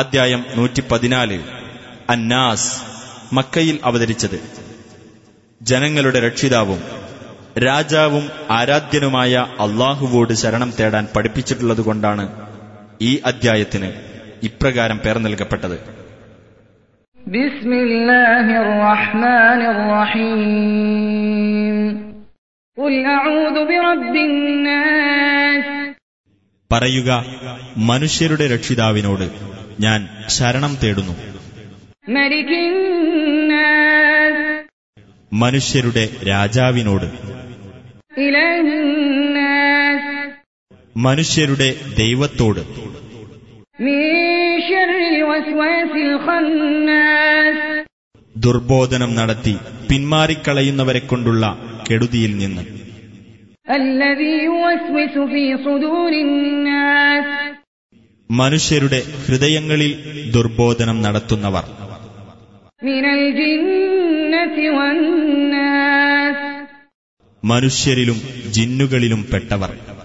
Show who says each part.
Speaker 1: അദ്ധ്യായം നൂറ്റി പതിനാല് അന്നാസ് മക്കയിൽ അവതരിച്ചത് ജനങ്ങളുടെ രക്ഷിതാവും രാജാവും ആരാധ്യനുമായ അള്ളാഹുവോട് ശരണം തേടാൻ പഠിപ്പിച്ചിട്ടുള്ളതുകൊണ്ടാണ് ഈ അദ്ധ്യായത്തിന് ഇപ്രകാരം പേർ നൽകപ്പെട്ടത്
Speaker 2: بسم الله الرحمن الرحيم قل أعوذ برب الناس
Speaker 1: പറയുക മനുഷ്യരുടെ രക്ഷിതാവിനോട് ഞാൻ ശരണം തേടുന്നു
Speaker 2: ملك الناس
Speaker 1: മനുഷ്യരുടെ രാജാവിനോട്
Speaker 2: إله الناس
Speaker 1: മനുഷ്യരുടെ ദൈവത്തോട്
Speaker 2: من شر الوسواس الخناس
Speaker 1: ദുർബോധനം നടത്തി പിന്മാറിക്കളയുന്നവരെ കൊണ്ടുള്ള കെടുതിയിൽ നിന്ന്
Speaker 2: الذي يوسوس في صدور الناس
Speaker 1: മനുഷ്യരുടെ ഹൃദയങ്ങളിൽ ദുർബോധനം നടത്തുന്നവർ
Speaker 2: من الجنة والناس
Speaker 1: മനുഷ്യരിലും ജിന്നുകളിലും പെട്ടവർ